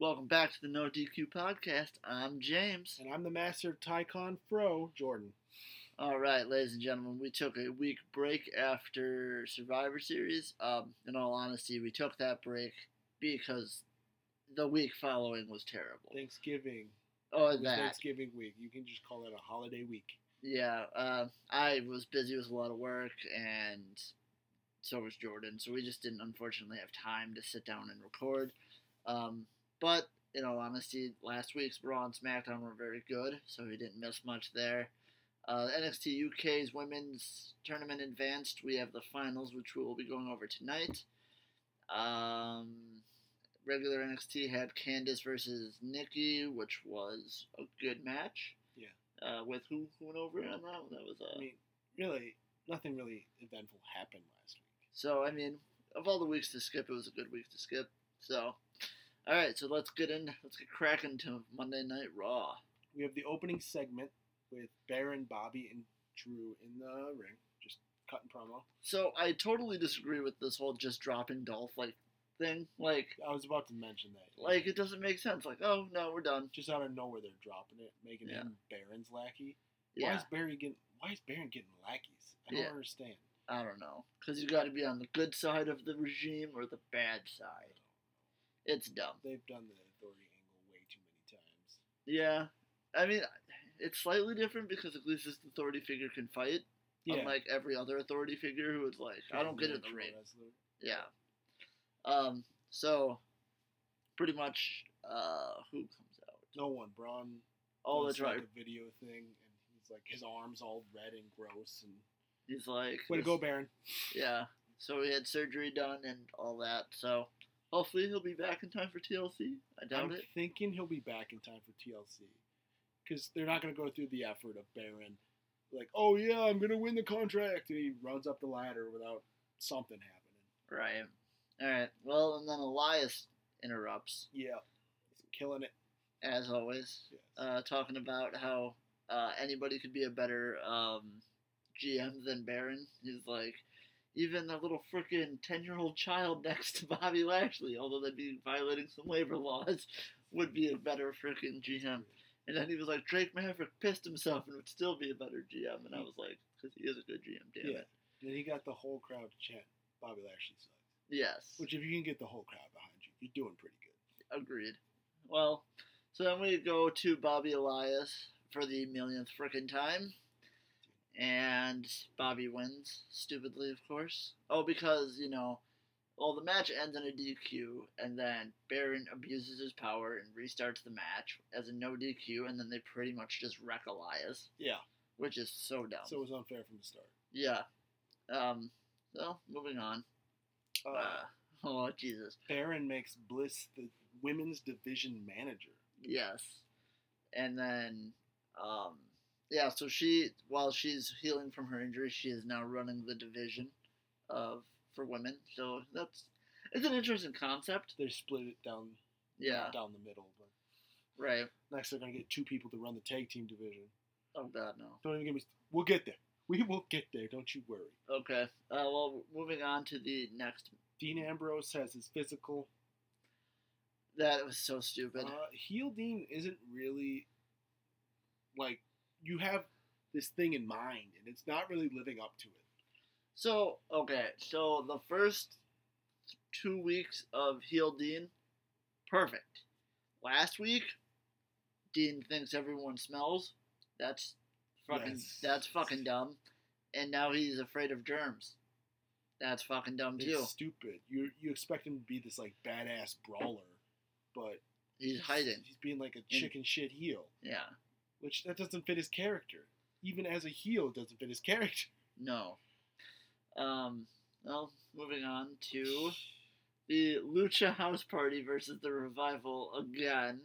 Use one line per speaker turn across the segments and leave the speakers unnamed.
Welcome back to the No DQ podcast. I'm James.
And I'm the master of Tycon Fro, Jordan.
All right, ladies and gentlemen, we took a week break after Survivor Series. Um, in all honesty, we took that break because the week following was terrible.
Thanksgiving.
Or
It was
that,
Thanksgiving week. You can just call that a holiday week.
yeah. Uh, I was busy with a lot of work, and so was Jordan. So we just didn't, unfortunately, have time to sit down and record. Um, but in all honesty, last week's Raw and SmackDown were very good, so we didn't miss much there. Uh, NXT UK's women's tournament advanced. We have the finals, which we will be going over tonight. Um, regular NXT had Candice versus Nikki, which was a good match.
Yeah.
Uh, with who, who went over it on that one? That was uh,
I mean, really, nothing really eventful happened last week.
So I mean, of all the weeks to skip, it was a good week to skip. So, all right, so let's get in. Let's get cracking to Monday Night Raw.
We have the opening segment with Baron, Bobby, and Drew in the ring, just cutting promo.
So I totally disagree with this whole just dropping Dolph like thing. Like,
I was about to mention that.
like it doesn't make sense. Like, oh no, we're done.
just out of nowhere, they're dropping it, making
Yeah.
him Baron's lackey. Why
Yeah,
is Barry getting? Why is Baron getting lackeys? I don't
Yeah.
understand.
I don't know, because you got to be on the good side of the regime or the bad side. It's dumb.
They've done the authority angle way too many times.
Yeah, I mean, it's slightly different because at least this authority figure can fight, unlike every other authority figure who is like, I don't get in the
Actual
ring.
wrestler.
Yeah. Um, so pretty much uh who comes out?
No one. Braun.
Oh,
does,
that's right.
Like a video thing, and he's like his arms all red and gross. And
He's like
way to go, Baron.
Yeah. So he had surgery done and all that, so hopefully he'll be back in time for TLC. I doubt
I'm
it.
thinking he'll be back in time for TLC, because they're not gonna go through the effort of Baron, like, oh yeah, I'm gonna win the contract, and he runs up the ladder without something happening.
Right. Alright. Well and then Elias interrupts,
Yeah, he's killing it.
as always.
Yes.
Uh talking about how uh anybody could be a better um GM than Baron. He's like even the little frickin' 10 year old child next to Bobby Lashley, although they'd be violating some labor laws, would be a better frickin' GM. And then he was like, Drake Maverick pissed himself and would still be a better GM. And I was like, because he is a good GM, damn
Yeah.
it.
Then he got the whole crowd to chant Bobby Lashley sucks.
Yes.
Which, if you can get the whole crowd behind you, you're doing pretty good.
Agreed. Well, so then we go to Bobby Elias for the millionth frickin' time. And Bobby wins, stupidly, of course. Oh, because, you know, well, the match ends in a DQ, and then Baron abuses his power and restarts the match as a no DQ, and then they pretty much just wreck Elias,
Yeah.
which is so dumb.
So it was unfair from the start.
yeah. Um, so, moving on.
Uh,
Uh, oh, Jesus.
Baron makes Bliss the women's division manager.
Yes. And then, um, yeah, so she, while she's healing from her injury, she is now running the division of for women. So that's, it's an interesting concept.
They split it down
Yeah,
down the middle. But
right.
next, they're gonna get two people to run the tag team division.
Oh, God, no.
Don't even get me. We'll get there. We will get there. Don't you worry.
Okay. Uh, well, moving on to the next.
Dean Ambrose has his physical.
That was so stupid.
Uh, heel Dean isn't really like you have this thing in mind, and it's not really living up to it.
So, okay. So the first two weeks of Heel Dean, perfect. Last week, Dean thinks everyone smells. That's fucking
Yes.
that's fucking dumb. And now he's afraid of germs. That's fucking dumb
It's
too.
stupid. You you expect him to be this like badass brawler, but
He's hiding.
He's being like a chicken shit heel,
Yeah.
which that doesn't fit his character. Even as a heel, it doesn't fit his character.
No. Um. Well, moving on to the Lucha House Party versus the Revival again.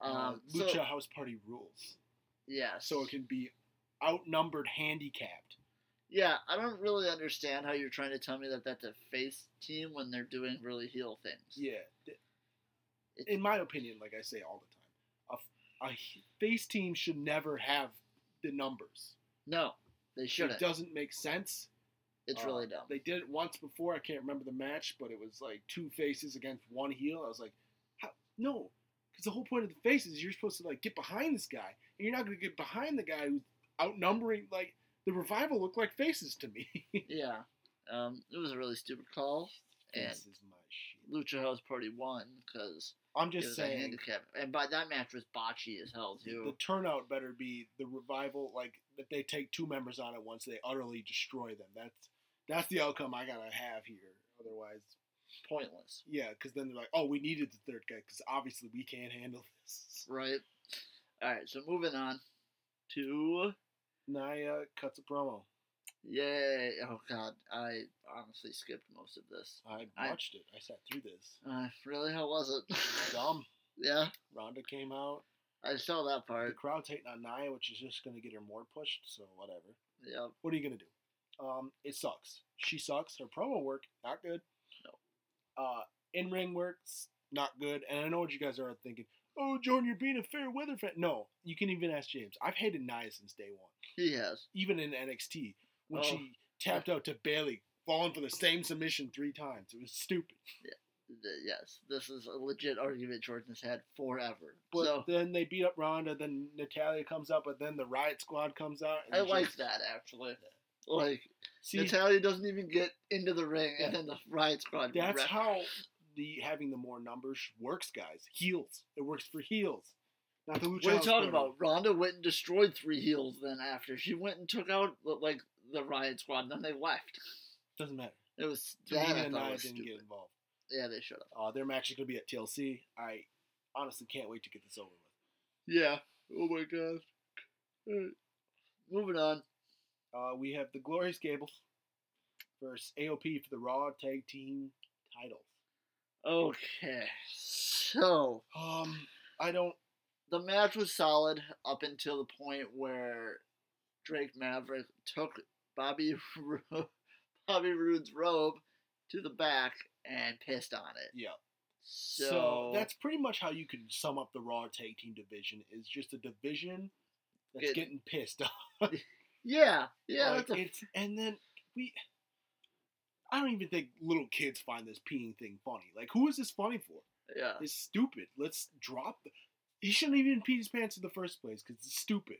Uh,
Um,
Lucha
So,
House Party rules,
yeah.
so it can be outnumbered, handicapped.
Yeah, I don't really understand how you're trying to tell me that that's a face team when they're doing really heel things.
Yeah, th- in my opinion, like I say all the time, a, f- a he- face team should never have the numbers.
No, they shouldn't.
It doesn't make sense.
It's
Uh,
really dumb.
They did it once before. I can't remember the match, but it was like two faces against one heel. I was like, how, No, because the whole point of the face is you're supposed to like get behind this guy, and you're not going to get behind the guy who's outnumbering. Like the revival looked like faces to me.
Yeah. Um, it was a really stupid call, and
This is my shit.
Lucha House Party won because
I'm
it
just
was a
saying
handicap. And by that match was botchy as hell
the
too.
turnout better be the revival like that they take two members on at once they utterly destroy them that's that's the outcome i gotta have here otherwise
Pointless,
yeah because then they're like oh we needed the third guy because obviously we can't handle this
right? All right. So moving on to
naya cuts a uh, promo
yay. Oh God, I honestly skipped most of this.
i
I-
watched it i sat through this
Uh, really, how was it?
dumb
yeah,
Ronda came out.
I saw that
The
part.
crowd's hating on Nia, which is just going to get her more pushed. So whatever.
Yep.
What are you going to do? Um, it sucks. She sucks. Her promo work not good. No. Uh, in ring works not good. And I know what you guys are thinking. Oh, Jordan, you're being a fair weather fan. No, you can even ask James. I've hated Nia since day one.
He has.
Even in NXT when
Oh.
she tapped out to Bailey, falling for the same submission three times. It was stupid.
Th- Yes, this is a legit argument Jordan's had forever.
But
so
then they beat up Ronda. Then Natalia comes up, and then the Riot Squad comes out. and
I
it's
like
just-
that actually. Like
See,
Natalia doesn't even get into the ring, and then the riot squad.
That's
wreck-
how the having the more numbers works, guys. Heels. It works for heels. Not the lucha.
What are you
house
talking
party.
about? Ronda went and destroyed three heels. Then after she went and took out like the riot squad, then they left.
Doesn't matter.
It was that
Tamina
I
and
thought
I
was
didn't
stupid.
get involved.
Yeah, they should have.
Uh, their match is going to be at TLC. I honestly can't wait to get this over with.
Yeah. Oh my god. Alright. Moving on.
Uh, we have the Glorious Gables versus AOP for the Raw Tag Team titles.
Okay, so
Um, I don't.
the match was solid up until the point where Drake Maverick took Bobby Ro- Bobby Roode's robe to the back and pissed on it.
Yeah.
So,
So, that's pretty much how you can sum up the Raw Tag Team division. Is just a division that's
It-
getting pissed
yeah, yeah,
Like,
that's a,
it's and then we. I don't even think little kids find this peeing thing funny. Like, who is this funny for?
yeah.
It's stupid. Let's drop. The, he shouldn't even pee his pants in the first place because it's stupid.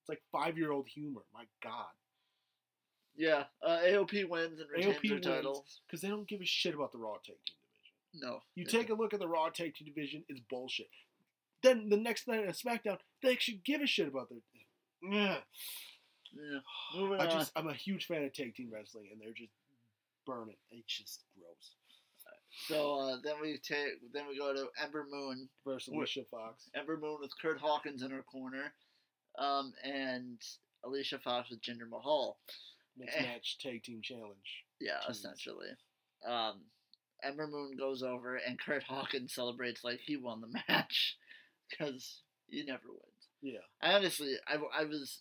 It's like five year old humor. My God,
Yeah, uh, AOP wins and retains
AOP
her
wins.
title.
because they don't give a shit about the Raw Tag Team division.
No,
You
they
take a look at the Raw Tag Team division; it's bullshit. Then the next night on SmackDown, they should give a shit about their. Ugh.
don't. Yeah. Moving
I
on.
just, I'm a huge fan of tag team wrestling, and they're just burning. It's just gross.
So uh, then we take, then we go to Ember Moon.
Versus
Wh-
Alicia Fox.
Ember Moon with Kurt Hawkins in her corner, um, and Alicia Fox with Jinder Mahal.
Mixed
Eh.
match tag team challenge.
Yeah,
Jeez.
essentially. Um, Ember Moon goes over, and Kurt Hawkins celebrates like he won the match because he never wins.
Yeah.
I honestly, I, w- I was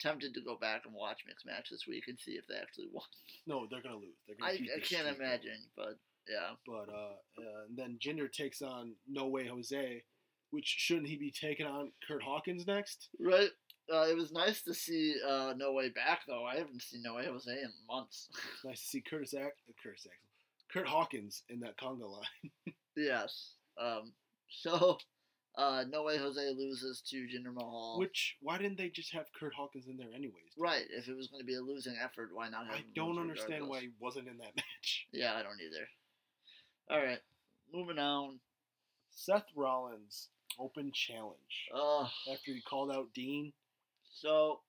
tempted to go back and watch mixed match this week and see if they actually won.
No, they're gonna lose. They're gonna
I,
keep
I
this
can't
streak going.
imagine, but yeah,
But uh, uh and then Jinder takes on No Way Jose, which shouldn't he be taking on Kurt Hawkins next?
right. Uh, it was nice to see uh, No Way Back though. I haven't seen No Way Jose in months.
It's nice to see Curtis Ax- uh, Curtis Axel. Kurt Hawkins in that conga line.
yes. Um. So, uh, No Way Jose loses to Jinder Mahal.
Which why didn't they just have Kurt Hawkins in there anyways?
Right. If it was going to be a losing effort, why not have?
I
him
don't
lose
understand why
regardless?
he wasn't in that match.
Yeah, I don't either. All right, moving on.
Seth Rollins open challenge
Uh,
after he called out Dean.
so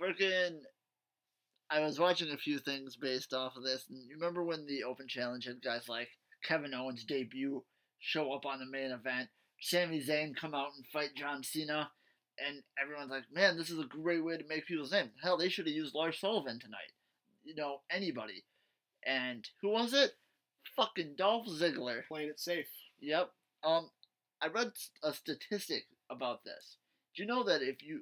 freaking. I was watching a few things based off of this. And you remember when the Open Challenge had guys like Kevin Owens debut show up on the main event, Sami Zayn come out and fight John Cena, and everyone's like, "Man, this is a great way to make people's name." Hell, they should have used Lars Sullivan tonight. You know, anybody. And who was it? Fucking Dolph Ziggler.
Playing it safe.
Yep. Um, I read s- a statistic about this. Do you know that if you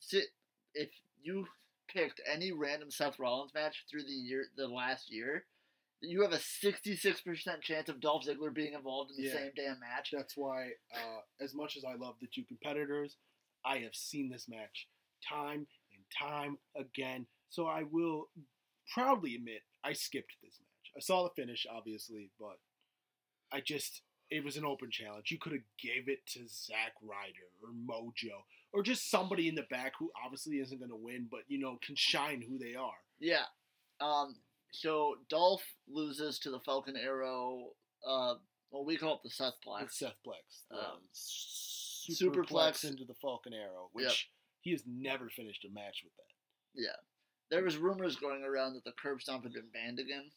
sit, if you picked any random Seth Rollins match through the year, the last year, you have a sixty-six percent chance of Dolph Ziggler being involved in the
Yeah.
same damn match.
That's why, uh, as much as I love the two competitors, I have seen this match time and time again. So I will proudly admit I skipped this match. I saw the finish, obviously, but I just it was an open challenge. You could have gave it to Zack Ryder or Mojo or just somebody in the back who obviously isn't going to win, but you know can shine who they are.
Yeah. Um, so Dolph loses to the Falcon Arrow. Uh, well, we call it the Seth Black.
It's uh, Seth Plex, the
Um,
superplex,
Superplex.
into the Falcon Arrow, which
Yep.
he has never finished a match with that.
There was rumors going around that the curb stomp had been banned again,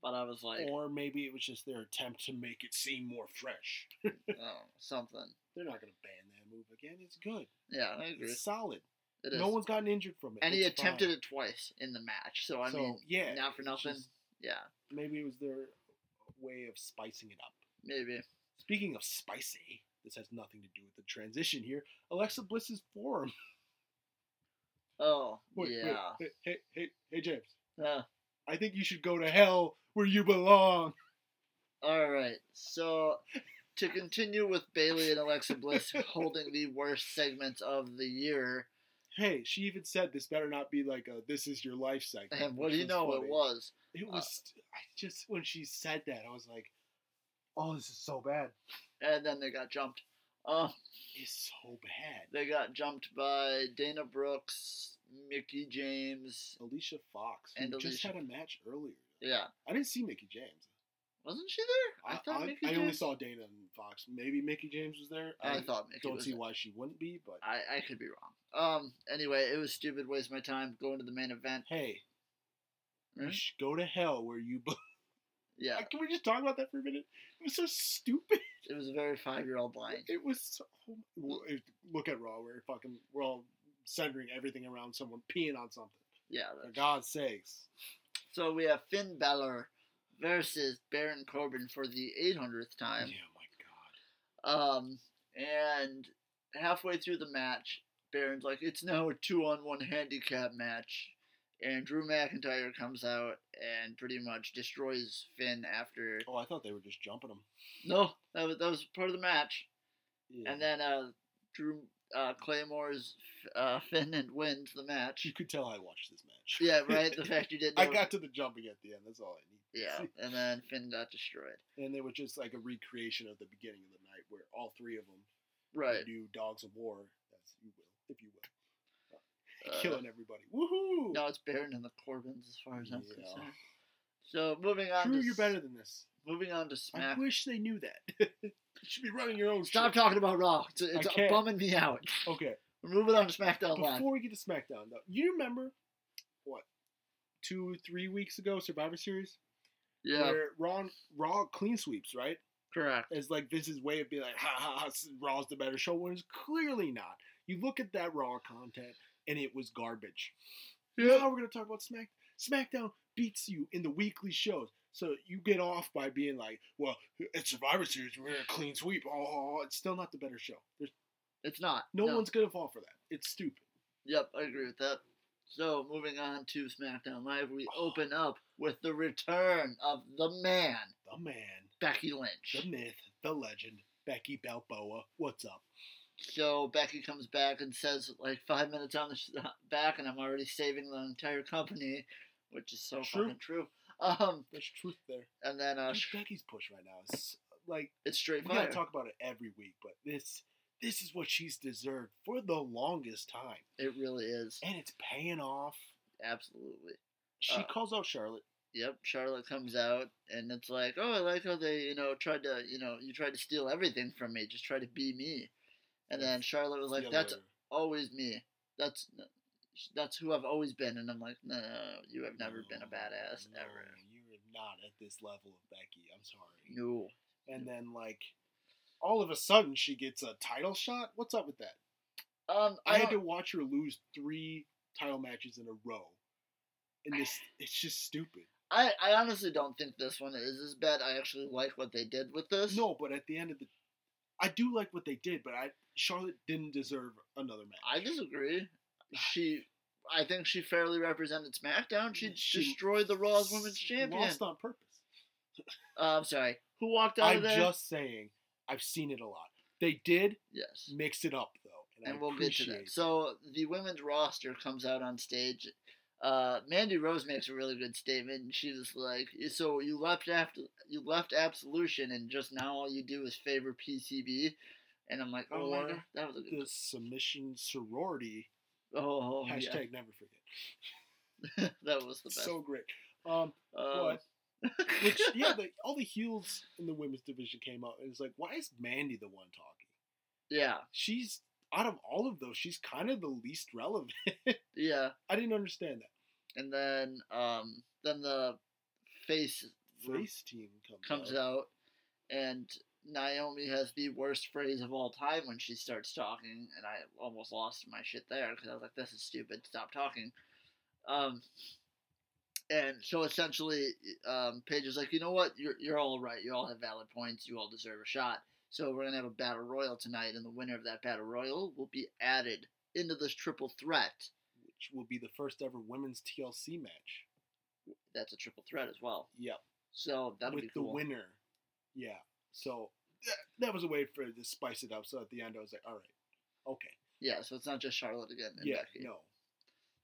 but I was like,
or maybe it was just their attempt to make it seem more fresh.
oh, something.
They're not going to ban that move again. It's good.
Yeah, I agree.
It's solid.
It is.
No one's gotten injured from it.
and he
It's
attempted
fine.
it twice in the match. So I
So,
mean,
yeah,
not for
it's
nothing.
just-
yeah,
Maybe it was their way of spicing it up.
maybe.
Speaking of spicy, this has nothing to do with the transition here. Alexa Bliss's forum.
Oh,
Wait, wait,
yeah.
hey, hey, hey, hey, James.
Uh,
I think you should go to hell where you belong.
all right. So to continue with Bailey and Alexa Bliss holding the worst segments of the year,
Hey, she even said this better not be like a "This is your life" segment.
and what
which
do you know? It
funny.
was.
It
Uh,
was. I just when she said that, I was like, "Oh, this is so bad.
And then they got jumped. Um,
It's so bad."
they got jumped by Dana Brooks, Mickey James.
Alicia Fox, who
And
just
Alicia-
had a match earlier.
Yeah,
I didn't see Mickey James.
wasn't she there?
I, I, I only saw Dana and Fox. Maybe Mickey James was there.
I thought Mickey
don't
was
see
there.
why she wouldn't be, but
I, I could be wrong. Um. Anyway, it was stupid. Waste my time going to the main event.
hey,
Hmm?
you should go to hell where you belong.
Yeah,
Can we just talk about that for a minute? It was so stupid.
it was a very five-year-old line.
It was so. oh
Hmm?
my- well, it- Look at Raw. We're fucking. We're all centering everything around someone peeing on something.
Yeah.
For
that-
God's sakes.
So we have Finn Balor versus Baron Corbin for the 800th
Yeah,
time.
my God.
Um, and halfway through the match, Baron's like, "It's now a two-on-one handicap match," and Drew McIntyre comes out and pretty much destroys Finn after.
Oh, I thought they were just jumping him.
No, that was, that was part of the match.
Yeah.
And then uh, Drew uh, Claymore's uh, Finn and wins the match.
you could tell I watched this match.
Yeah, right. The fact you didn't.
I
know-
got to the jumping at the end. That's all I need.
Yeah, and then Finn got destroyed.
And they were just like a recreation of the beginning of the night where all three of them
Right.
do Dogs of War. That's you will, if you will.
Uh,
Killing everybody. Woohoo!
No, it's Baron and the Corbins as far as I'm
Yeah.
concerned. So moving on.
Drew,
to
you're
S-
better than this.
Moving on to
I
Smack.
wish they knew that. you should be running your own
Stop
show.
talking about Raw. It's, it's
can't.
bumming me out.
Okay.
We're moving on to SmackDown Live.
Before we get to SmackDown, though, you remember what? Two, three weeks ago, Survivor Series?
yeah,
Where Raw, Raw clean sweeps, right?
correct.
It's like Vince's way of being like, ha ha, ha Raw's the better show, when it's clearly not. You look at that Raw content, and it was garbage. Now we're gonna talk about Smack. SmackDown beats you in the weekly shows, so you get off by being like, "Well, at Survivor Series we're gonna clean sweep." Oh, it's still not the better show. There's
It's not.
no, one's gonna fall for that. It's stupid.
Yep, I agree with that. So moving on to SmackDown Live, we open up with the return of the man,
The man,
Becky
the
Lynch.
myth, the legend, Becky Balboa. What's up?
So Becky comes back and says, like five minutes on the sh- back, and I'm already saving the entire company, which is so
True.
fucking true. Um,
There's truth there.
and then uh,
Dude, Becky's push right now is like
it's straight
we
fire.
gotta talk about it every week, but this this is what she's deserved for the longest time,
It really is
and it's paying off.
absolutely.
She
Uh,
calls out Charlotte.
Yep, Charlotte comes out and it's like, oh, I like how they, you know, tried to, you know, you tried to steal everything from me, just try to be me. And then Charlotte was
It's
like,
the
that's
other-
always me. That's that's who I've always been. And I'm like, no, no, no, you have never been a
No,
badass
no,
ever.
You're not at this level of Becky. I'm sorry.
No.
And then like, all of a sudden she gets a title shot. What's up with that?
Um,
I,
I,
had to
don't-
watch her lose three title matches in a row, and this it's just stupid.
I, I honestly don't think this one is as bad. I actually like what they did with this.
No, but at the end of the, I do like what they did, but I Charlotte didn't deserve another match.
I disagree. She, I think she fairly represented SmackDown. She,
She
destroyed the Raw's Women's Champion.
Lost on purpose.
Uh, I'm sorry. Who walked out
I'm
of there?
just saying. I've seen it a lot. They did
yes.
mix it up though,
And
and, Mm, I
we'll get to
appreciate
that. So the women's roster comes out on stage. Uh, Mandy Rose makes a really good statement. and She was like, "So you left after you left Absolution, and just now all you do is favor PCB." And I'm like, "Oh, my
Or
God, that was a good."
The submission sorority
Oh,
hashtag
yeah,
never forget.
that was the best.
So great. Um,
Uh,
which yeah, the, all the heels in the women's division came out, and it's like, why is Mandy the one talking?
yeah,
She's out of all of those, she's kind of the least relevant.
yeah.
I didn't understand that.
And then, um, then the face
Face team comes,
comes out, and Naomi has the worst phrase of all time when she starts talking, and I almost lost my shit there because I was like, "This is stupid. Stop talking." Um, and so essentially, um, Paige is like, "You know what? You're you're all right. You all have valid points. You all deserve a shot. So we're gonna have a battle royal tonight, and the winner of that battle royal will be added into this triple threat.
which will be the first ever women's TLC match.
That's a triple threat as well.
Yep,
So that'll
with
be cool.
the winner. Yeah, so that, that was a way for to spice it up. So at the end, I was like, all right, okay,
yeah. So it's not just Charlotte again. and
yeah,
Becky.
no,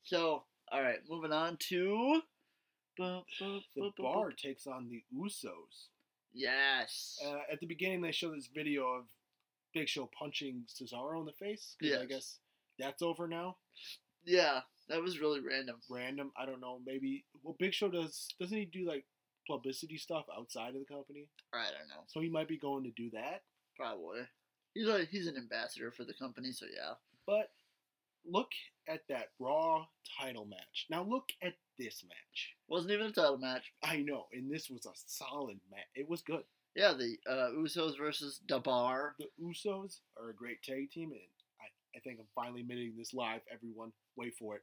So, all right, moving on to bu- bu-
the
bu- bu-
bar
bu-
takes on the Usos.
Yes.
uh, at the beginning they show this video of Big Show punching Cesaro in the face. 'cause I
Yes.
guess that's over now.
yeah, that was really random.
Random. I don't know. Maybe. Well, Big Show does. Doesn't he do like publicity stuff outside of the company?
I don't know.
So he might be going to do that.
Probably. He's a, he's an ambassador for the company, so yeah.
But look at that Raw title match. Now look at this match.
Wasn't even a title match.
I know, and this was a solid match. It was good.
Yeah, the uh, Usos versus Dabar.
The Usos are a great tag team, and I, I think I'm finally admitting this live. Everyone, wait for it.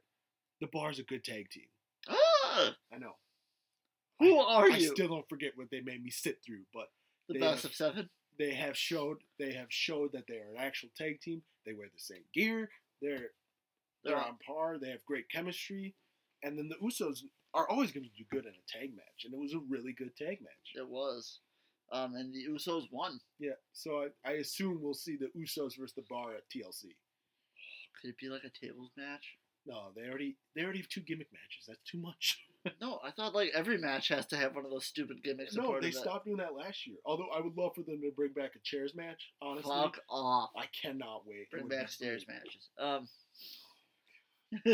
The Bar's a good tag team.
Ah,
I know.
who are
I
you?
still don't forget what they made me sit through, but
the
they
best
have-
of seven.
they have showed they have showed that they are an actual tag team. They wear the same gear. They're they're on par. They have great chemistry, and then the Usos are always going to do good in a tag match, and it was a really good tag match.
It was. Um, and the Usos won.
Yeah, so I, I assume we'll see the Usos versus the Bar at TLC.
Could it be like a tables match?
No, they already they already have two gimmick matches. That's too much.
no, I thought like every match has to have one of those stupid gimmicks. a
no,
part
they
of it.
stopped doing that last year. Although I would love for them to bring back a chairs match. Honestly,
Fuck off.
I cannot wait. It
Bring
would be
back stairs
great.
matches. Um,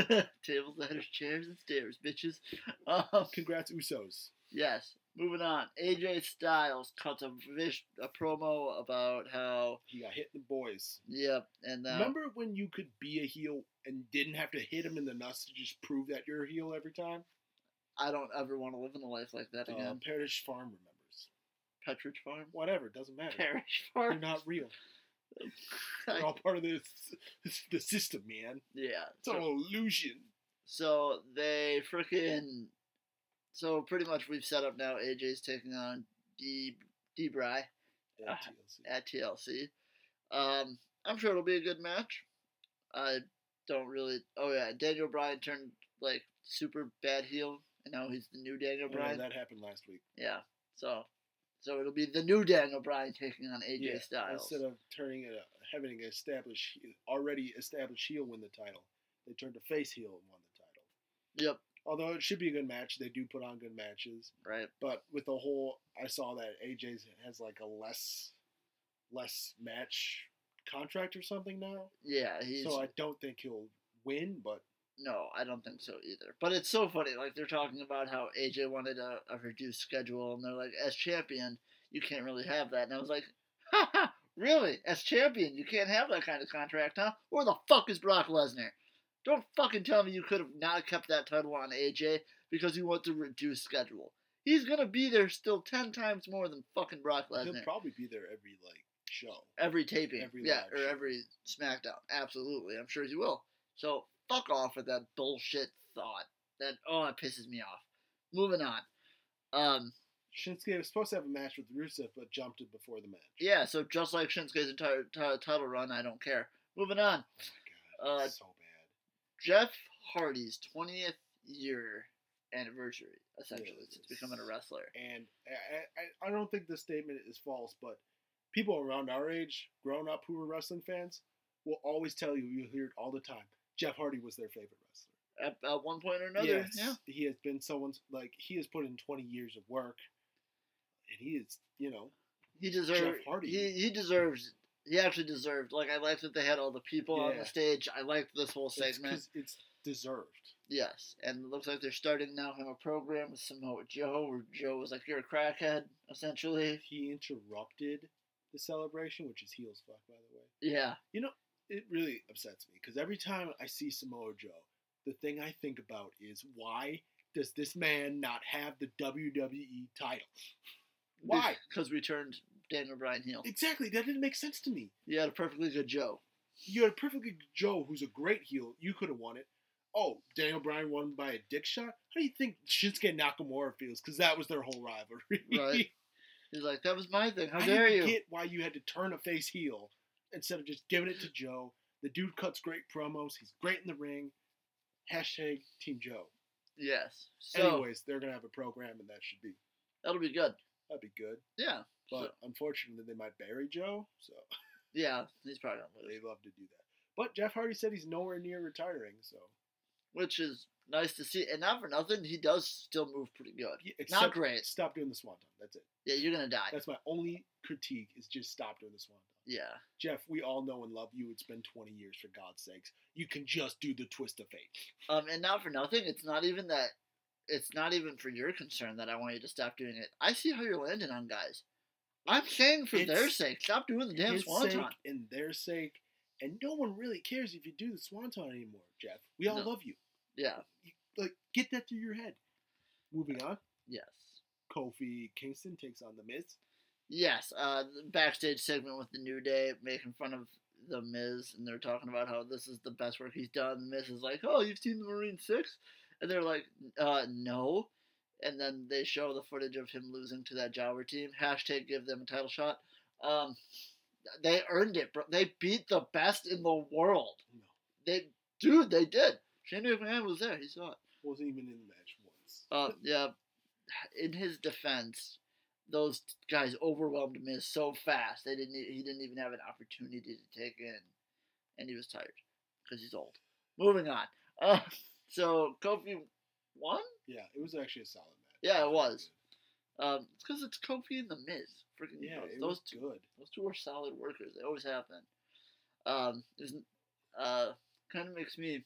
tables, ladders, chairs, and stairs, bitches. Um,
Congrats, Usos.
yes. Moving on. AJ Styles cuts a, vis- a promo about how,
He got hit in the boys.
yep, and now,
Remember when you could be a heel and didn't have to hit him in the nuts to just prove that you're a heel every time?
I don't ever want to live in a life like that
Uh,
again.
Parish Farm remembers.
Partridge Farm?
Whatever, doesn't matter.
Parish
You're
Farm?
not real.
I-
You're all part of this, the system, man.
yeah.
It's
So,
all illusion.
so they freaking. So pretty much we've set up now AJ's taking on D. D. Bry.
Yeah,
Ah,
TLC.
at TLC. Um, I'm sure it'll be a good match. I don't really. Oh yeah, Daniel Bryan turned like super bad heel, and now he's the new Daniel
Oh, no,
Bryan.
that happened last week.
Yeah, so so it'll be the new Daniel Bryan taking on AJ
Yeah,
Styles.
Instead of turning it, uh, having an established, already established heel win the title, they turned a face heel and won the title.
Yep,
Although it should be a good match, they do put on good matches.
right.
but with the whole i saw that aj's has like a less less match contract or something now
Yeah, he's
so i don't think he'll win but
no, I don't think so either. But it's so funny. Like they're talking about how AJ wanted a, a reduced schedule, and they're like, as champion, you can't really have that. And I was like, ha ha, really? As champion, you can't have that kind of contract, huh? Where the fuck is Brock Lesnar? Don't fucking tell me you could have not kept that title on AJ because you want to reduce schedule. He's gonna be there still ten times more than fucking Brock
he'll
Lesnar
probably be there every like show
every taping,
Every
yeah,
live
or
show.
every SmackDown. Absolutely, I'm sure he will. So fuck off with that bullshit thought. That oh, it pisses me off. Moving on. Um,
shinsuke was supposed to have a match with rusev but jumped it before the match
yeah. So just like Shinsuke's entire t- title run, I don't care. Moving on.
oh my god
Uh,
so bad
Jeff Hardy's 20th year anniversary, essentially,
Yeah, it
since
is.
becoming a wrestler.
and I, I, I don't think this statement is false but people around our age grown up who were wrestling fans will always tell you you hear it all the time jeff hardy was their favorite wrestler
at, at one point or another.
Yes,
Yeah.
he has been someone's like he has put in twenty years of work, and he is you know
He deserved.
Jeff Hardy.
He he deserves. He actually deserved. Like I liked that they had all the people on
Yeah.
the stage. I liked this whole
it's,
segment.
'cause it's deserved.
Yes, and it looks like they're starting now have a program with Samoa Joe, where Joe was like, "You're a crackhead," essentially.
He interrupted the celebration, which is heels fuck by the way.
Yeah,
It really upsets me because every time I see Samoa Joe, the thing I think about is why does this man not have the WWE title? Why?
Because we turned Daniel Bryan heel.
Exactly, that didn't make sense to me.
You had a perfectly good Joe.
you had a perfectly good Joe who's a great heel. You could have won it. Oh, Daniel Bryan won by a dick shot. How do you think Shinsuke Nakamura feels? Because that was their whole rivalry.
Right. He's like, "That was my thing. How
I
dare you?"
didn't get why you had to turn a face heel instead of just giving it to Joe. The dude cuts great promos. He's great in the ring. Hashtag Team Joe.
Yes. So
Anyways, they're gonna have a program, and that should be
that'll be good.
that'd be good.
Yeah.
But unfortunately, they might bury Joe, so
Yeah, he's probably gonna
they
lose,
love to do that. But Jeff Hardy said he's nowhere near retiring, so
which is nice to see. And not for nothing, he does still move pretty good.
Yeah,
not
except-
great.
stop doing the swanton. That's it.
Yeah, you're gonna die.
That's my only critique is just stop doing the swan dive.
yeah.
Jeff, we all know and love you. It's been 20 years for God's sakes. You can just do the twist of fate.
Um, and not for nothing, it's not even that. It's not even for your concern that I want you to stop doing it. I see how you're landing on guys. I'm saying for their
It's-
sake, stop doing the damn
His
swanton.
sake and their sake, and no one really cares if you do the swanton anymore, Jeff. We all
No.
love you.
Yeah.
You- Like get that through your head. Moving on,
Yes.
Kofi Kingston takes on the Miz.
Yes. Uh, the backstage segment with the New Day making fun of the Miz, and they're talking about how this is the best work he's done. The Miz is like, "Oh, you've seen the Marine Six? and they're like, "Uh, no." And then they show the footage of him losing to that Jobber team. Hashtag give them a title shot. Um, they earned it, bro. They beat the best in the world.
No,
They, dude, they did. Shane McMahon was there. He saw it.
wasn't even in the match once.
Uh, yeah. In his defense, those guys overwhelmed Miz so fast they didn't. e- He didn't even have an opportunity to take in, and he was tired because he's old. Moving on. Uh, so Kofi won.
Yeah, it was actually a solid match.
Yeah, it was. Um, it's because it's Kofi and the Miz. Freaking
Yeah,
those-
it
those
was
two,
good.
those two are solid workers. They always have been. Um, is uh, kind of makes me.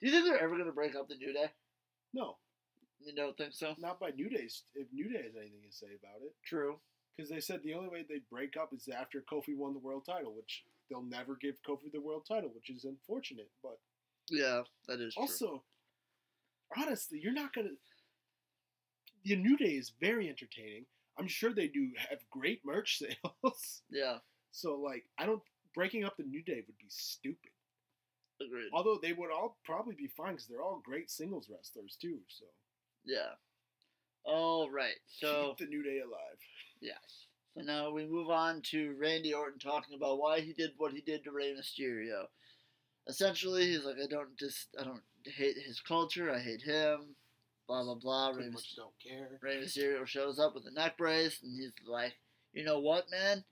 Do you think they're ever gonna break up the New Day?
No,
You don't think so?
not by New Day's. If New Day has anything to say about it.
True.
because they said the only way they'd break up is after Kofi won the world title, which they'll never give Kofi the world title, which is unfortunate. But
Yeah, that is true.
also, honestly, you're not gonna. The New Day is very entertaining. I'm sure they do have great merch sales.
Yeah,
so like, I don't breaking up the New Day would be stupid.
agreed.
Although they would all probably be fine because they're all great singles wrestlers too. So
Yeah. All right. So
keep the New Day alive.
yes. So now we move on to Randy Orton talking about why he did what he did to Rey Mysterio. Essentially, he's like, I don't just, I don't hate his culture. I hate him. Blah blah blah. Rey
Pretty
Mysterio.
much don't care.
Rey Mysterio shows up with a neck brace, and he's like, "You know what, man?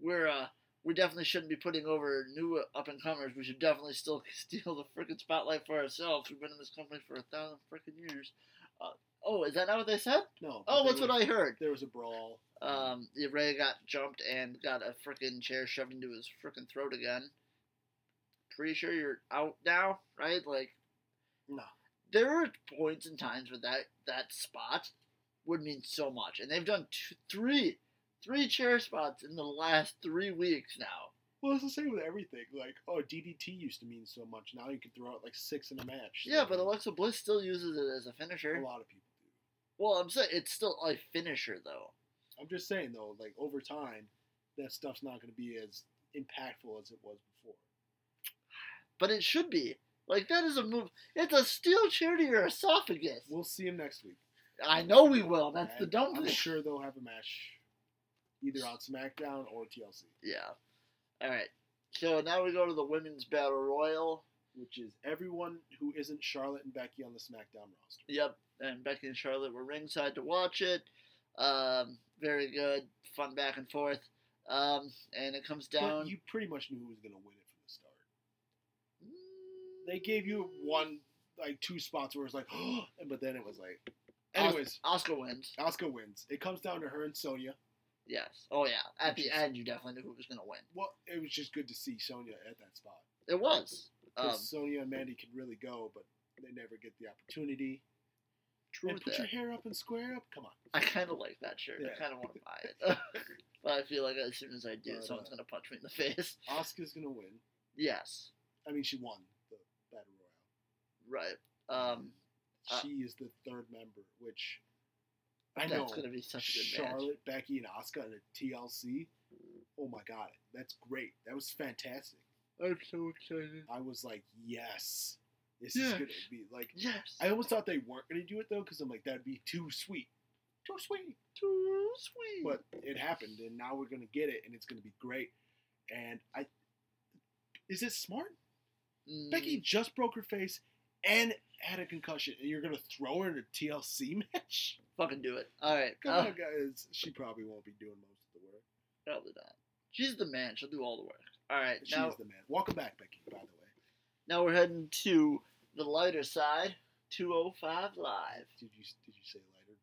We're uh, we definitely shouldn't be putting over new up and comers. We should definitely still steal the freaking spotlight for ourselves. We've been in this company for a thousand freaking years." Uh, oh, is that not what they said?
No.
Oh,
but
that's
there
what I
was-
heard.
There was a brawl.
Um, yeah, Ray got jumped and got a freaking chair shoved into his freaking throat again. Pretty sure you're out now, right? Like,
No.
there were points and times where that that spot would mean so much, and they've done two, three, three chair spots in the last three weeks now.
Well, it's the same with everything. Like, oh, DDT used to mean so much. Now you can throw out like six in a match.
Yeah,
So,
but Alexa Bliss still uses it as a finisher.
a lot of people do.
Well, I'm saying it's still a finisher though.
I'm just saying though, like over time, that stuff's not going to be as impactful as it was before.
But it should be like that is a move. It's a steel chair to your esophagus.
We'll see him next week.
I know we will. That's the
And
dumb
I'm
thing.
sure they'll have a match, either on SmackDown or TLC,
Yeah. All right. So now we go to the women's battle royal.
which is everyone who isn't Charlotte and Becky on the SmackDown roster.
Yep. And Becky and Charlotte were ringside to watch it. Um, very good, fun back and forth. Um, and it comes down.
But you pretty much knew who was going to win it from the start.
Mm,
they gave you one like two spots where it's like, but then it was like, anyways,
Oscar wins.
Oscar wins. It comes down to her and Sonya.
Yes. Oh yeah. At
Which
the
is-
end, you definitely knew who was gonna win.
Well, it was just good to see Sonya at that spot.
It was. Um,
'Cause Sonya and Mandy can really go, but they never get the opportunity.
true
And put your
that.
hair up and square up. Come on.
I kind of like that shirt.
Yeah.
I kind of want to buy it, but I feel like as soon as I do,
But,
someone's
uh,
gonna punch me in the face.
Oscar's gonna win.
Yes.
I mean, she won the battle royale.
Right. Um. Uh,
she is the third member, which I know.
That's gonna be such a good match.
Charlotte, Becky, and Oscar at TLC. Oh my god, that's great. That was fantastic.
I'm so excited.
I was like, yes, this is
Yeah.
gonna be like.
Yes.
I almost thought they weren't gonna do it though, because I'm like, that'd be too sweet, too sweet.
too sweet.
But it happened, and now we're gonna get it, and it's gonna be great. And I, is it smart?
Mm,
Becky just broke her face and had a concussion, and you're gonna throw her in a TLC match?
fucking do it. All right.
Come
uh,
on, guys. She probably won't be doing most of the work.
Probably not. She's the man. She'll do all the work. All right.
She
now,
is the man. Welcome back, Becky. By the way,
now we're heading to the lighter side. 205 live.
did you did you say lighter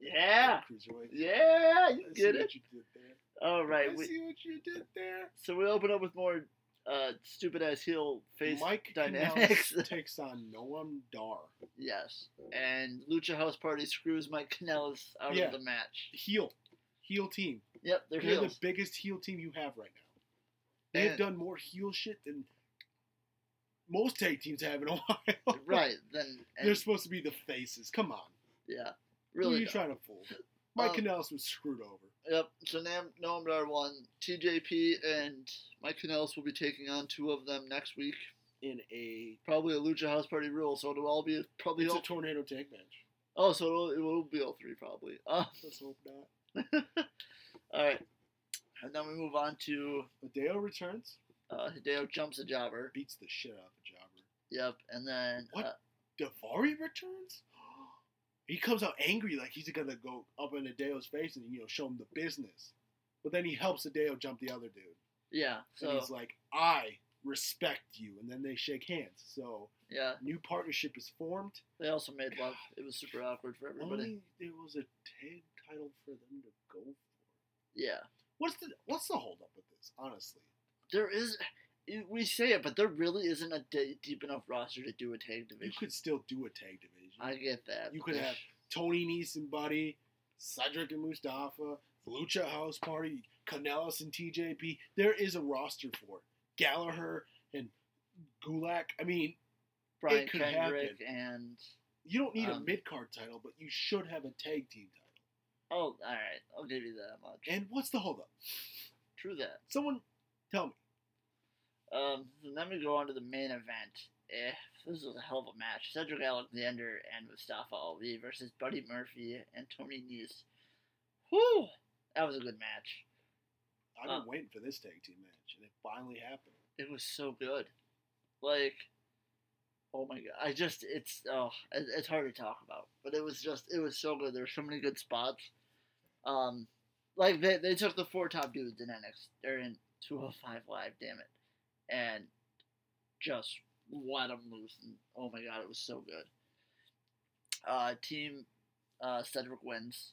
because
Yeah.
cruiserweight?
Yeah,
I
you
see
get it.
What you did there.
All right.
I
We,
see what you did there.
so we open up with more uh, stupid ass heel face
Mike
dynamics.
Kanellis takes on Noam Dar.
yes. And Lucha House Party screws Mike Kanellis out
Yeah.
of the match.
Heel, heel team.
Yep, they're
They're
heels.
the biggest heel team you have right now. They have
And-
done more heel shit than most tag teams have in a while.
right. Then and,
They're supposed to be the faces. Come on.
yeah,
Who are
really.
you
dumb.
trying to fool? Mike
Um,
Kanellis was screwed over.
Yep. So Nam Noam Dar won. TJP and Mike Kanellis will be taking on two of them next week.
In a
Probably a Lucha House Party rule, so it'll all be probably
it's a
all.
tornado tag match.
oh, so it'll, it will be all three probably. Uh,
Let's hope not.
all right. And then we move on to
Adeo returns,
uh, Hideo jumps a jobber.
beats the shit out of the jobber.
Yep. And then
What?
Uh,
Davari returns. He comes out angry, like he's gonna go up in Adeo's face and you know show him the business. But then he helps Adeo jump the other dude,
yeah.
and
So
he's like, "I respect you." And then they shake hands. So
yeah,
new partnership is formed.
they also made love. It was super awkward for everybody.
Only there was a tag title for them to go for.
yeah.
What's the what's the holdup with this? Honestly,
There is. it- We say it, but there really isn't a de- deep enough roster to do a tag
you
division.
could still do a tag division.
I get that.
You could have Tony Nese and Buddy, Cedric and Mustafa, Lucha House Party, Canellis and TJP. There is a roster for it. Gallagher and Gulak. I mean,
Brian
it could
Kendrick and
you don't need
Um,
a mid card title, but you should have a tag team title.
oh, all right, I'll give you that much.
And what's the holdup?
True that.
Someone tell me.
Um, so then we go on to the main event. Eh, this was a hell of a match. Cedric Alexander and Mustafa Ali versus Buddy Murphy and Tony Nese. Whew, that was a good match.
I've been
Uh.
waiting for this tag team match, and it finally happened.
It was so good. Like, oh my god, I just it's oh, it, it's hard to talk about, but it was just it was so good. There were so many good spots. Um, like they they took the four top dudes in NXT or in two hundred five live, damn it, and just let them loose. And, oh my god, it was so good. Uh, team uh, Cedric wins.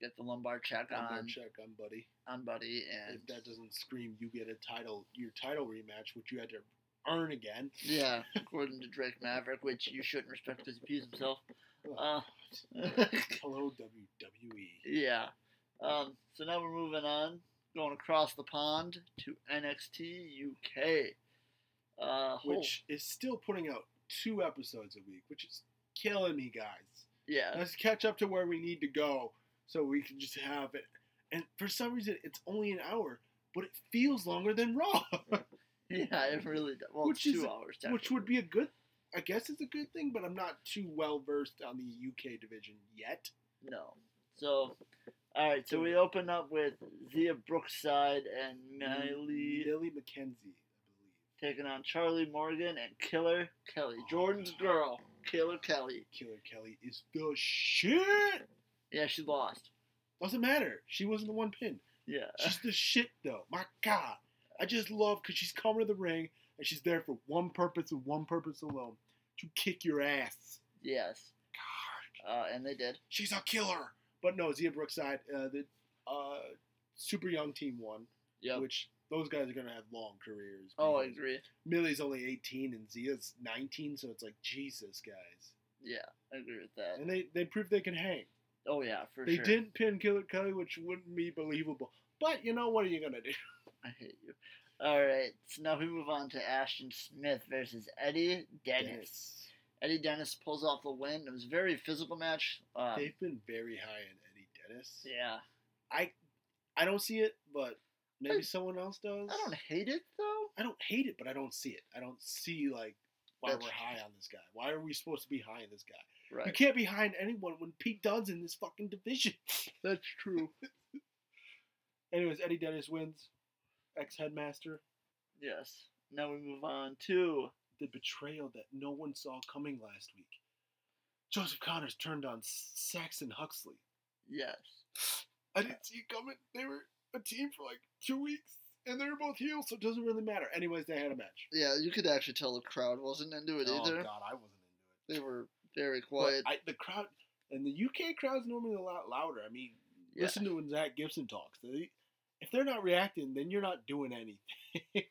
Get the lumbar check
I'm
on
gonna check on Buddy.
on Buddy Um, and
If that doesn't scream, you get a title, your title rematch, which you had to earn again.
Yeah, according to Drake Maverick, which you shouldn't respect because he pees himself. Uh,
Hello, E. WWE.
yeah. Um, so now we're moving on, going across the pond to NXT UK. Uh, whole-
which is still putting out two episodes a week, which is killing me, guys.
yeah,
Let's catch up to where we need to go so we can just have it. And for some reason, it's only an hour, but it feels longer than Raw,
yeah, it really does. Well,
Which
it's
is-
two hours.
which would be a good. I guess it's a good thing, but I'm not too well versed on the UK division yet.
technically. no. So, all right. So we open up with Zia Brookside and Miley
Millie McKenzie, I
taking on Charlie Morgan and Killer Kelly,
Oh,
Jordan's
God.
girl, Killer Kelly.
believe. Killer Kelly is the shit.
Yeah, she lost.
Doesn't matter. She wasn't the one pinned.
Yeah.
She's the shit, though. My God. I just love because she's coming to the ring. and she's there for one purpose and one purpose alone to kick your ass.
Yes. Uh, and they did.
She's a killer. But no, Zia Brookside, uh, the uh, super young team won,
Yep.
which those guys are going to have long careers.
oh, I
because
agree.
Millie's only 18 and Zia's 19, so it's like, Jesus, guys.
I agree with that.
And they, they proved they can hang.
Oh yeah, for
they
sure.
didn't pin Killer Kelly, which wouldn't be believable. But you know, what are you going to do?
I hate you. All right, so now we move on to Ashton Smith versus Eddie Dennis. Eddie Dennis pulls off the win. It was a very physical match. Um,
They've been very high on Eddie Dennis.
yeah,
I I don't see it, but maybe
I-
someone else does.
Hmm. I don't hate it though.
I don't hate it, but I don't see it. I don't see like why
That's-
we're high on this guy. Why are we supposed to be high on this guy? You
Right,
can't be high on anyone when Pete Dunne's in this fucking division.
that's true.
Anyways, Eddie Dennis wins. Ex headmaster.
yes. Now we move on to
The betrayal that no one saw coming last week. Joseph Connors turned on Saxon Huxley.
yes,
I didn't see it coming. They were a team for like two weeks, and they were both heels, so it doesn't really matter. Anyways, they had a match.
yeah. You could actually tell the crowd wasn't into it
Oh
either.
God, I wasn't into
They
it.
were very
But
quiet.
I, the crowd and the UK crowd's normally a lot louder. I mean,
yeah.
listen to when Zach Gibson talks. They, if they're not reacting, then you're not doing anything.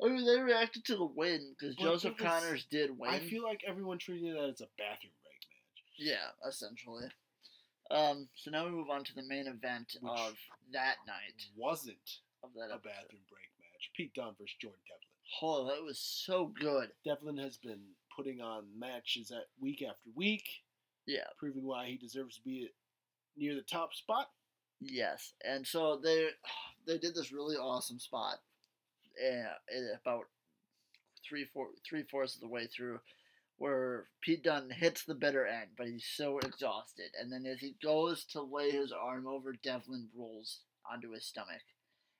I mean, they reacted to the win because
But
Joseph
it was-
Connors did win.
I feel like everyone treated that as a bathroom break match.
Yeah, essentially. Um, so now we move on to the main event
Which-
of that night
wasn't
of that
a
episode.
bathroom break match. Pete Dunne versus Jordan Devlin.
Oh, that was so good.
Devlin has been putting on matches at week after week.
Yeah.
Proving why he deserves to be near the top spot.
Yes, and so they they did this really awesome spot, uh, in about three four three fourths of the way through, where Pete Dunne hits the bitter end, but he's so exhausted, and then as he goes to lay his arm over, Devlin rolls onto his stomach,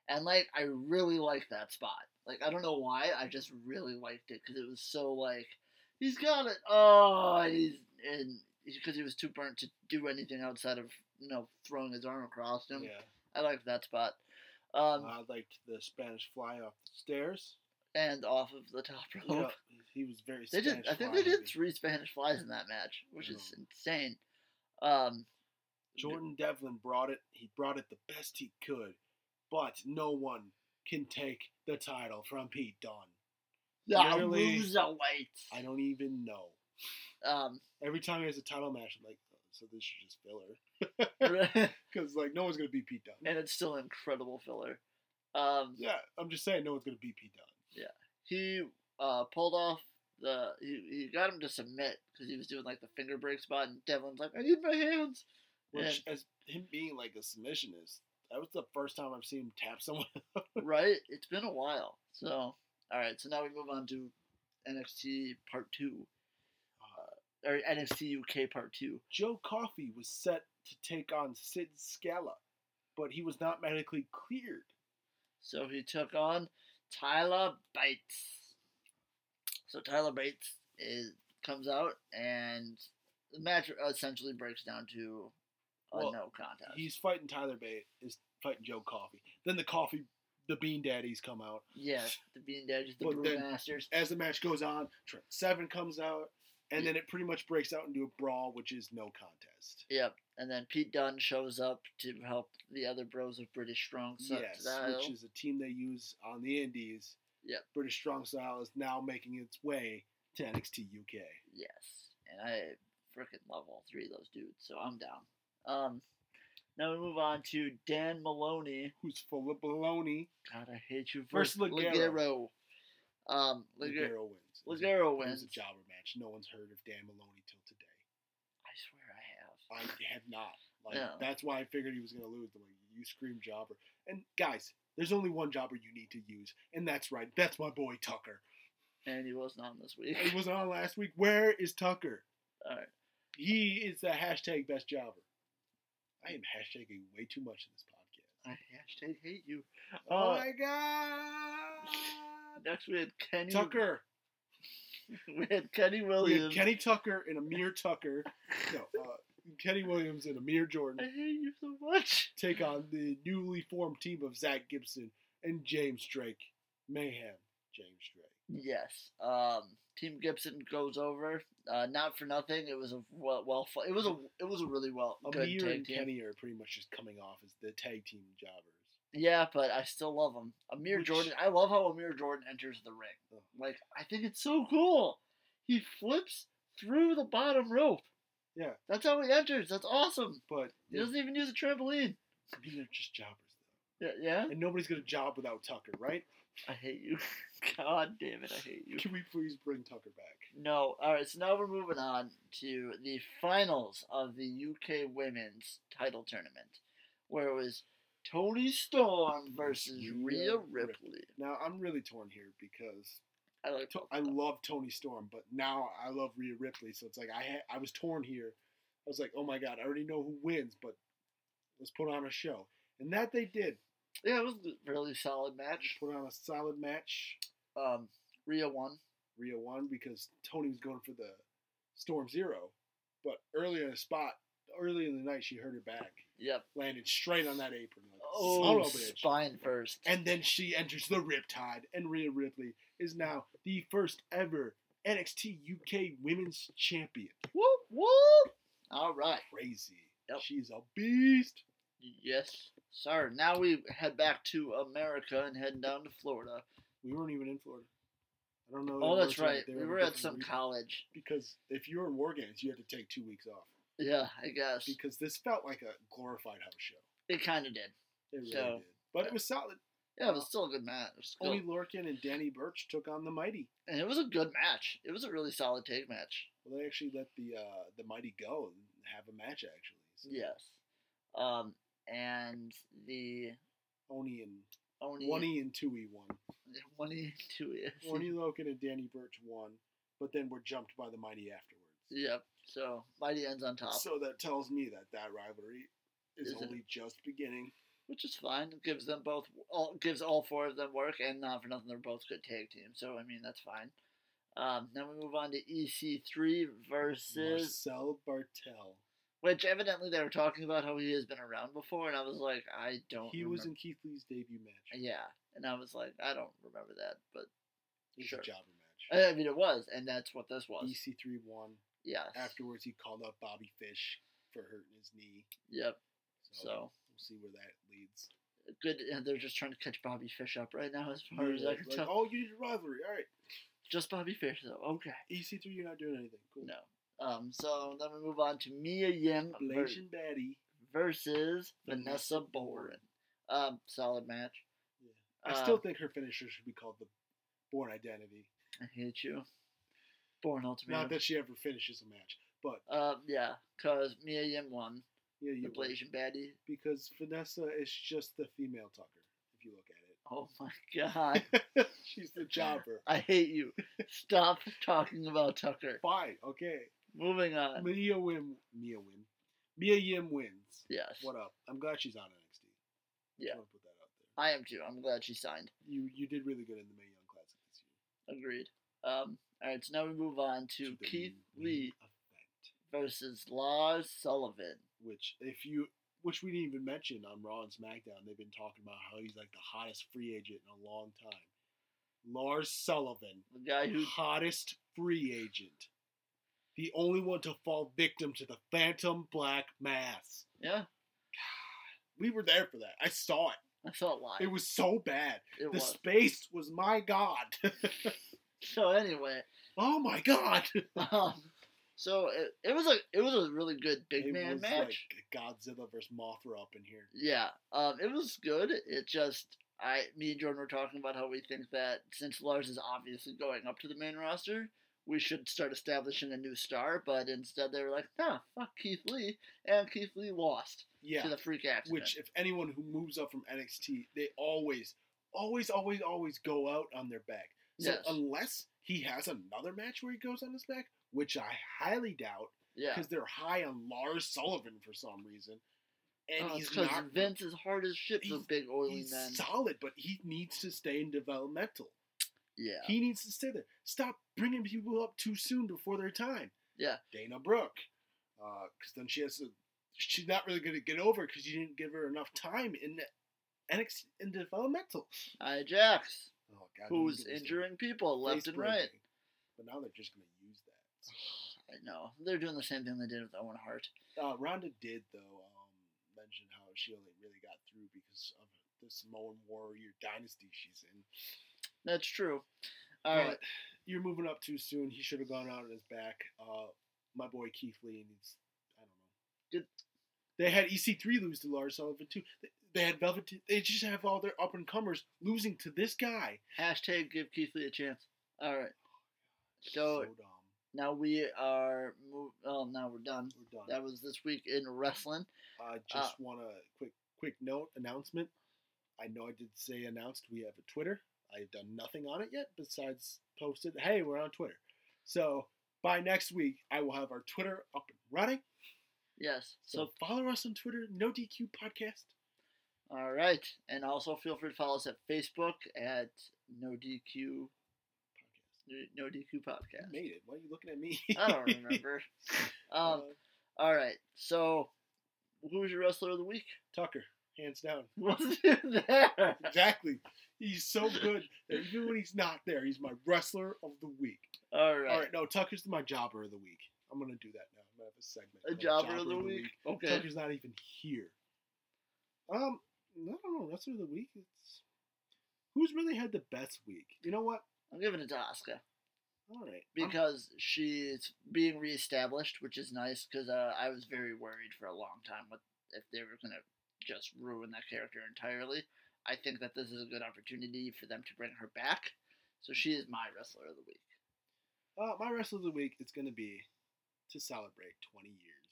and like I really like that spot. Like I don't know why, I just really liked it because it was so like he's got it. Oh, and he's and because he was too burnt to do anything outside of you know throwing his arm across him. I liked that spot. Um,
I liked the Spanish fly off the stairs.
and off of the top rope.
Yeah, he was very.
Oh. They did.
Spanish Mm-hmm.
I think
fly
they did
heavy.
three Spanish flies in that match, which is
Yeah.
insane. Um,
Jordan Devlin brought it. He brought it the best he could, but no one can take the title from Pete Dunne.
yeah,
Literally-
lose a weight.
I don't even know.
Um,
Every time he has a title match, I'm like, oh, so this is just filler
and
because like no one's gonna beat Pete Dunne.
it's still incredible filler. Um,
Yeah, I'm just saying, no one's gonna beat Pete Dunne.
he uh, pulled off the he, he got him to submit because he was doing like the finger break spot, and Devlin's like, "I need my hands."
Which, as him being like a submissionist, that was the first time I've seen him tap someone.
right? It's been a while. So, all right. So now we move on to NXT Part Two, uh, or NXT UK Part Two.
Joe Coffey was set to take on Sid Scala, but he was not medically cleared.
So he took on Tyler Bates. So Tyler Bates is comes out, and the match essentially breaks down to a
Well,
no contest.
He's fighting Tyler Bate, is fighting Joe Coffey. Then the Coffee, the Bean Daddies come out.
yeah, the Bean Daddies, the
But then-
Brewmasters.
As the match goes on, Trent Seven comes out, and then it pretty much breaks out into a brawl, which is no contest.
Yep. And then Pete Dunne shows up to help the other bros of British Strong
yes,
Style.
which is a team they use on the Indies.
Yep.
British Strong Style is now making its way to NXT UK.
Yes, and I freaking love all three of those dudes, so I'm down. Um, now we move on to Dan Maloney.
Who's full of baloney?
God, I hate you.
Versus Ligero.
Ligero. Um, Ligero.
Ligero wins.
Ligero
It was
wins.
a jobber match. No one's heard of Dan Maloney till today.
I swear I
I
have.
have not. Like
No.
that's why I figured he was gonna lose. I'm like, you scream jobber. And guys, there's only one jobber you need to use, and that's right, that's my boy Tucker.
And he wasn't on this week.
He was on last week. Where is Tucker?
Alright.
He is the hashtag best jobber. I am hashtagging way too much in this podcast.
I hashtag hate you.
oh
Uh,
my god.
Next we had Kenny.
Tucker.
We had Kenny
We had
Williams.
Kenny Tucker and Amir Tucker. No, uh, Kenny Williams and Amir Jordan.
I hate you so much.
take on the newly formed team of Zach Gibson and James Drake Mayhem. James Drake.
Yes. Um, Team Gibson goes over. Uh, not for nothing. It was a well, well fu- it was a it was a really well good
Amir
tag
and
team.
Kenny are pretty much just coming off as the tag team jobbers.
Yeah, but I still love him. Amir
Which-
Jordan. I love how Amir Jordan enters the ring.
Oh.
Like I think it's so cool. He flips through the bottom rope.
Yeah.
That's how he enters. That's awesome.
But
He
they're,
doesn't even use a trampoline.
I mean, they're just jobbers, though.
Yeah, yeah.
And nobody's going to job without Tucker, right?
I hate you. God damn it, I hate you.
Can we please bring Tucker back?
No. All right. So now we're moving on to the finals of the UK women's title tournament, where it was Tony Storm versus Rhea
Rhea
Ripley.
Now, I'm really torn here because
I like.
To- I love Tony Storm, but now I love Rhea Ripley. So it's like I ha- I was torn here. I was like, oh my god, I already know who wins, but let's put on a show, and that they did.
Yeah, it was a really solid match.
Put on a solid match.
Um, Rhea won.
Rhea won because Tony was going for the Storm Zero, but earlier in the spot, early in the night, she hurt her back,
Yep.
landed straight on that apron. Like,
Oh,
son of a bitch.
spine first.
And then she enters the Riptide, and Rhea Ripley is now the first ever NXT UK Women's Champion.
whoop whoop. All right.
crazy.
Yep.
She's a beast.
Yes, sir. Now we head back to America and head down to Florida.
We weren't even in Florida. I don't know.
Oh,
that
that's
we're-
right.
they
We
in a
were at
different
some
region.
college.
because if you were in War Games, you had to take two weeks off
Yeah, I guess
because this felt like a glorified house show.
it kind of did.
It really
So, uh,
did, but
yeah.
it was solid.
Yeah, it
Oh.
was still a good match. It was still-
Only Lorcan and Danny Birch took on the Mighty.
And it was a good match. It was a really solid tag match.
Well, they actually let the uh, the Mighty go and have a match actually. So
Yes. Um, and the
Oni and
Oni
Oni and Tui won.
Oni two
Oni Lorcan and Danny Birch won, but then were jumped by the Mighty afterwards.
Yep. So Mighty ends on top,
So that tells me that that rivalry is
Isn't-
only just beginning.
which is fine. It gives them both all gives all four of them work, and not for nothing, they're both good tag teams. So I mean that's fine. Um, then we move on to EC3 versus,
Marcel Bartel.
which evidently they were talking about how he has been around before, and I was like, I don't.
He was
remember-
in Keith Lee's debut match.
Yeah, and I was like, I don't remember that, but
It was
sure.
a jobber match.
I mean it was, and that's what this was.
EC3 won.
Yes.
Afterwards, he called up Bobby Fish for hurting his knee.
Yep.
So,
So
Oh, we'll see where that leads.
good. and They're just trying to catch Bobby Fish up right now, as far as I
Like,
can
like,
tell.
oh, you did a rivalry. All right.
Just Bobby Fish, though. Okay.
EC3, you're not doing anything. Cool.
No. Um. So then we move on to Mia Yim ver-
Blazing Batty.
versus
Vanessa
Vanessa Boren. Um. Solid match.
Yeah.
Uh,
I still think her finisher should be called the Born Identity.
I hate you. Born
Not
Ultimate.
that she ever finishes a match, but
Um. Yeah. Cause Mia Yim won
yeah,
the
you win.
Blazing Baddie.
because Vanessa is just the female Tucker, if you look at
Oh my God.
it. She's the jobber.
I hate you. Stop talking about Tucker.
Fine, okay.
Moving on.
Mia Wim, Mia Wim, Mia Yim wins.
Yes.
What up? I'm glad she's on NXT.
Yeah.
I want to put that out there.
I am too. I'm glad she signed.
You you did really good in the Mae Young Classic this year.
Agreed. Um, all right, so now we move on to
the
Keith
Wim
Lee
effect,
versus Lars Sullivan.
which if you which we didn't even mention on Raw and SmackDown, they've been talking about how he's like the hottest free agent in a long time. Lars Sullivan,
The guy who
hottest free agent, the only one to fall victim to the Phantom Black Mass.
yeah,
We were there for that. I saw it.
I saw it live.
It was so bad.
It
the
was.
space was my god.
So anyway,
oh my god.
um, so it, it was a it was a really good big
it
man
was
match.
like Godzilla versus Mothra up in here.
Yeah, um, it was good. It just I me and Jordan were talking about how we think that since Lars is obviously going up to the main roster, we should start establishing a new star. But instead, they were like, "Nah, fuck Keith Lee," and Keith Lee lost to
Yeah.
the freak accident.
Which if anyone who moves up from NXT, they always, always, always, always go out on their back. So
Yes.
unless he has another match where he goes on his back, which I highly doubt,
yeah.
because they're high on Lars Sullivan for some reason. And
Oh, it's
he's
'cause
not
Vince is hard as shit for
he's-
big oily
he's
men.
solid, but he needs to stay in developmental.
yeah,
He needs to stay there. Stop bringing people up too soon before their time.
Yeah.
Dana Brooke, because then she has to. She's not really going to get over because you didn't give her enough time in the NXT in developmental.
Nia Jax
Oh God. no one
who's
gives a
injuring people left
Face
and right.
breaking. But now they're just going to use that.
I know they're doing the same thing they did with Owen Hart.
Uh, Ronda did though um, mention how she only really got through because of the Samoan Warrior dynasty she's in.
That's true. All right,
But you're moving up too soon. He should have gone out on his back. Uh, my boy Keith Lee needs. I don't know.
Did-
they had EC3 lose to Lars Sullivan too? They- They had Velvet. They just have all their up and comers losing to this guy.
hashtag give Keith Lee a chance. All right, So-
dumb.
now we are. Move, well, now we're done.
We're done.
That uh, was this week in wrestling.
I just want a quick quick note announcement. I know I did say announced. We have a Twitter. I've done nothing on it yet besides posted. Hey, we're on Twitter. So by next week, I will have our Twitter up and running.
Yes.
So
So
follow us on Twitter. No DQ podcast.
all right, and also feel free to follow us at Facebook at No DQ No DQ
You
Podcast.
made it. Why are you looking at me?
I don't remember. Um.
Uh,
All right. So, who's your wrestler of the week?
Tucker, hands down.
Wasn't it there?
Exactly. He's so good that even when he's not there, he's my wrestler of the week.
All right.
All right, no, Tucker's my jobber of the week. I'm gonna do that now. I'm gonna have a segment.
A
called
jobber of the week. Okay.
Tucker's not even here. Um, I don't know. Wrestler of the week. It's who's really had the best week. You know what?
I'm giving it to Asuka
All right. I'm-
because she's being reestablished, which is nice because uh, I was very worried for a long time with if they were gonna just ruin that character entirely. I think that this is a good opportunity for them to bring her back. So she is my wrestler of the week.
uh, my wrestler of the week is gonna be to celebrate 20 years.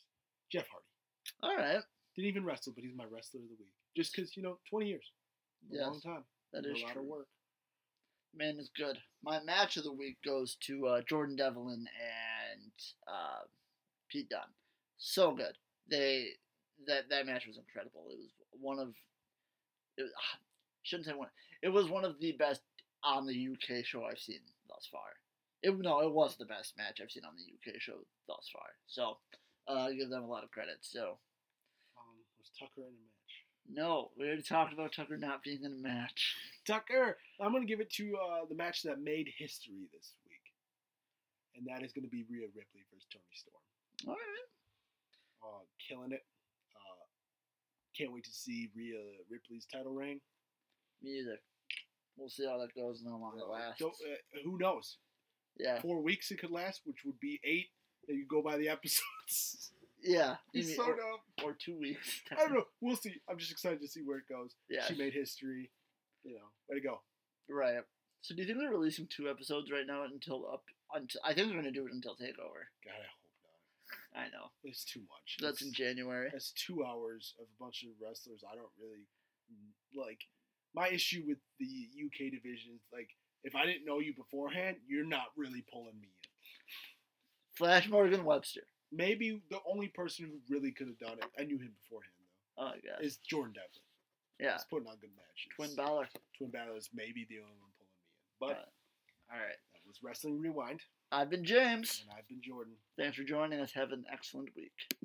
Jeff Hardy
All right.
didn't even wrestle, but he's my wrestler of the week. Just because you know, 20 years, a
Yes,
long time,
That
a
is
lot
true.
of work.
Man is good. My match of the week goes to uh, Jordan Devlin and uh, Pete Dunne. So good. They that that match was incredible. It was one of it was, ah, shouldn't say one. It was one of the best on the UK show I've seen thus far. It no, it was the best match I've seen on the UK show thus far. So uh, I give them a lot of credit. So
Um, was Tucker in a match?
no, we already talked about Tucker not being in a match.
Tucker. I'm going to give it to uh, the match that made history this week, and that is going to be Rhea Ripley versus Tony Storm.
All right.
Uh, killing it. Uh, can't wait to see Rhea Ripley's title reign.
Me either. We'll see how that goes and how long it lasts.
Don't- uh, who knows?
Yeah,
Four weeks it could last, which would be eight. If you go by the episodes,
yeah.
he's
Maybe-
so
or,
dumb.
or two weeks.
I don't know. We'll see. I'm just excited to see where it goes.
Yeah,
She made history. You know, way to go.
right. So do you think they're releasing two episodes right now until up? Until I think they're gonna do it until Takeover.
God, I hope not.
I know
It's too much.
that's
It's-
in January.
That's two hours of a bunch of wrestlers. I don't really like. My issue with the UK division is like, if I didn't know you beforehand, you're not really pulling me in.
Flash Morgan Webster.
Maybe the only person who really could have done it, I knew him beforehand though,
Oh my god.
is Jordan Devlin.
yeah,
He's putting on good matches.
Twin Balor.
Twin Battle is maybe the only one pulling me in. But
Uh, all right.
that was Wrestling Rewind,
I've been James.
and I've been Jordan.
Thanks for joining us. Have an excellent week.